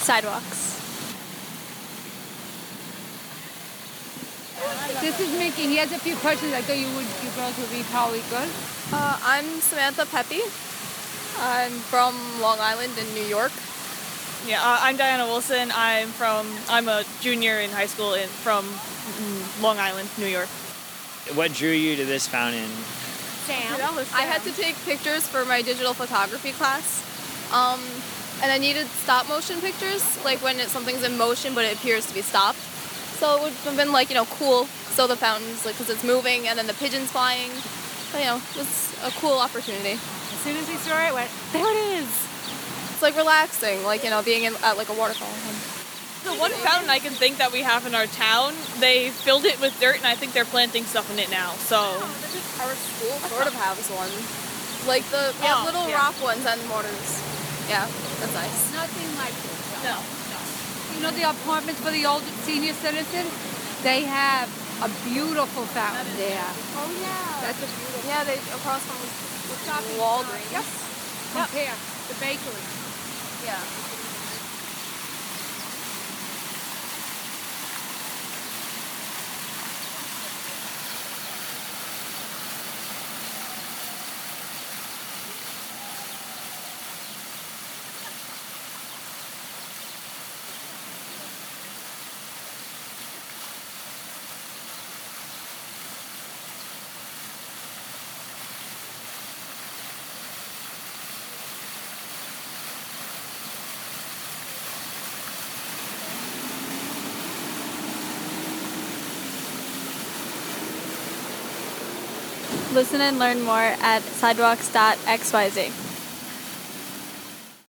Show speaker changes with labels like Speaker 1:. Speaker 1: sidewalks.
Speaker 2: This is Mickey. He has a few questions. I thought you would, you girls would be probably good.
Speaker 3: Uh, I'm Samantha Pepe. I'm from Long Island in New York.
Speaker 4: Yeah, uh, I'm Diana Wilson. I'm from I'm a junior in high school in from mm, Long Island, New York.
Speaker 5: What drew you to this fountain?
Speaker 1: Sam.
Speaker 3: I had to take pictures for my digital photography class, um, and I needed stop motion pictures, like when it, something's in motion but it appears to be stopped. So it would have been like you know cool. So the fountains, like because it's moving, and then the pigeons flying. So, you know, it's a cool opportunity.
Speaker 1: As soon as we saw it, I went, there it is.
Speaker 3: It's like relaxing, like you know, being in, at like a waterfall.
Speaker 4: The one fountain I can think that we have in our town, they filled it with dirt, and I think they're planting stuff in it now. So
Speaker 3: Our school sort of has one, like the we
Speaker 4: Oh,
Speaker 3: have little
Speaker 4: yeah.
Speaker 3: rock ones and mortars. Yeah, that's nice.
Speaker 2: Nothing like this.
Speaker 4: no,
Speaker 2: You know the apartments for the old senior citizens? They have a beautiful fountain there.
Speaker 3: Oh yeah.
Speaker 2: That's a beautiful.
Speaker 3: Yeah, they across from Walgreens. Yes.
Speaker 2: Up here, the bakery.
Speaker 3: Yeah.
Speaker 1: Listen and learn more at sidewalks.xyz.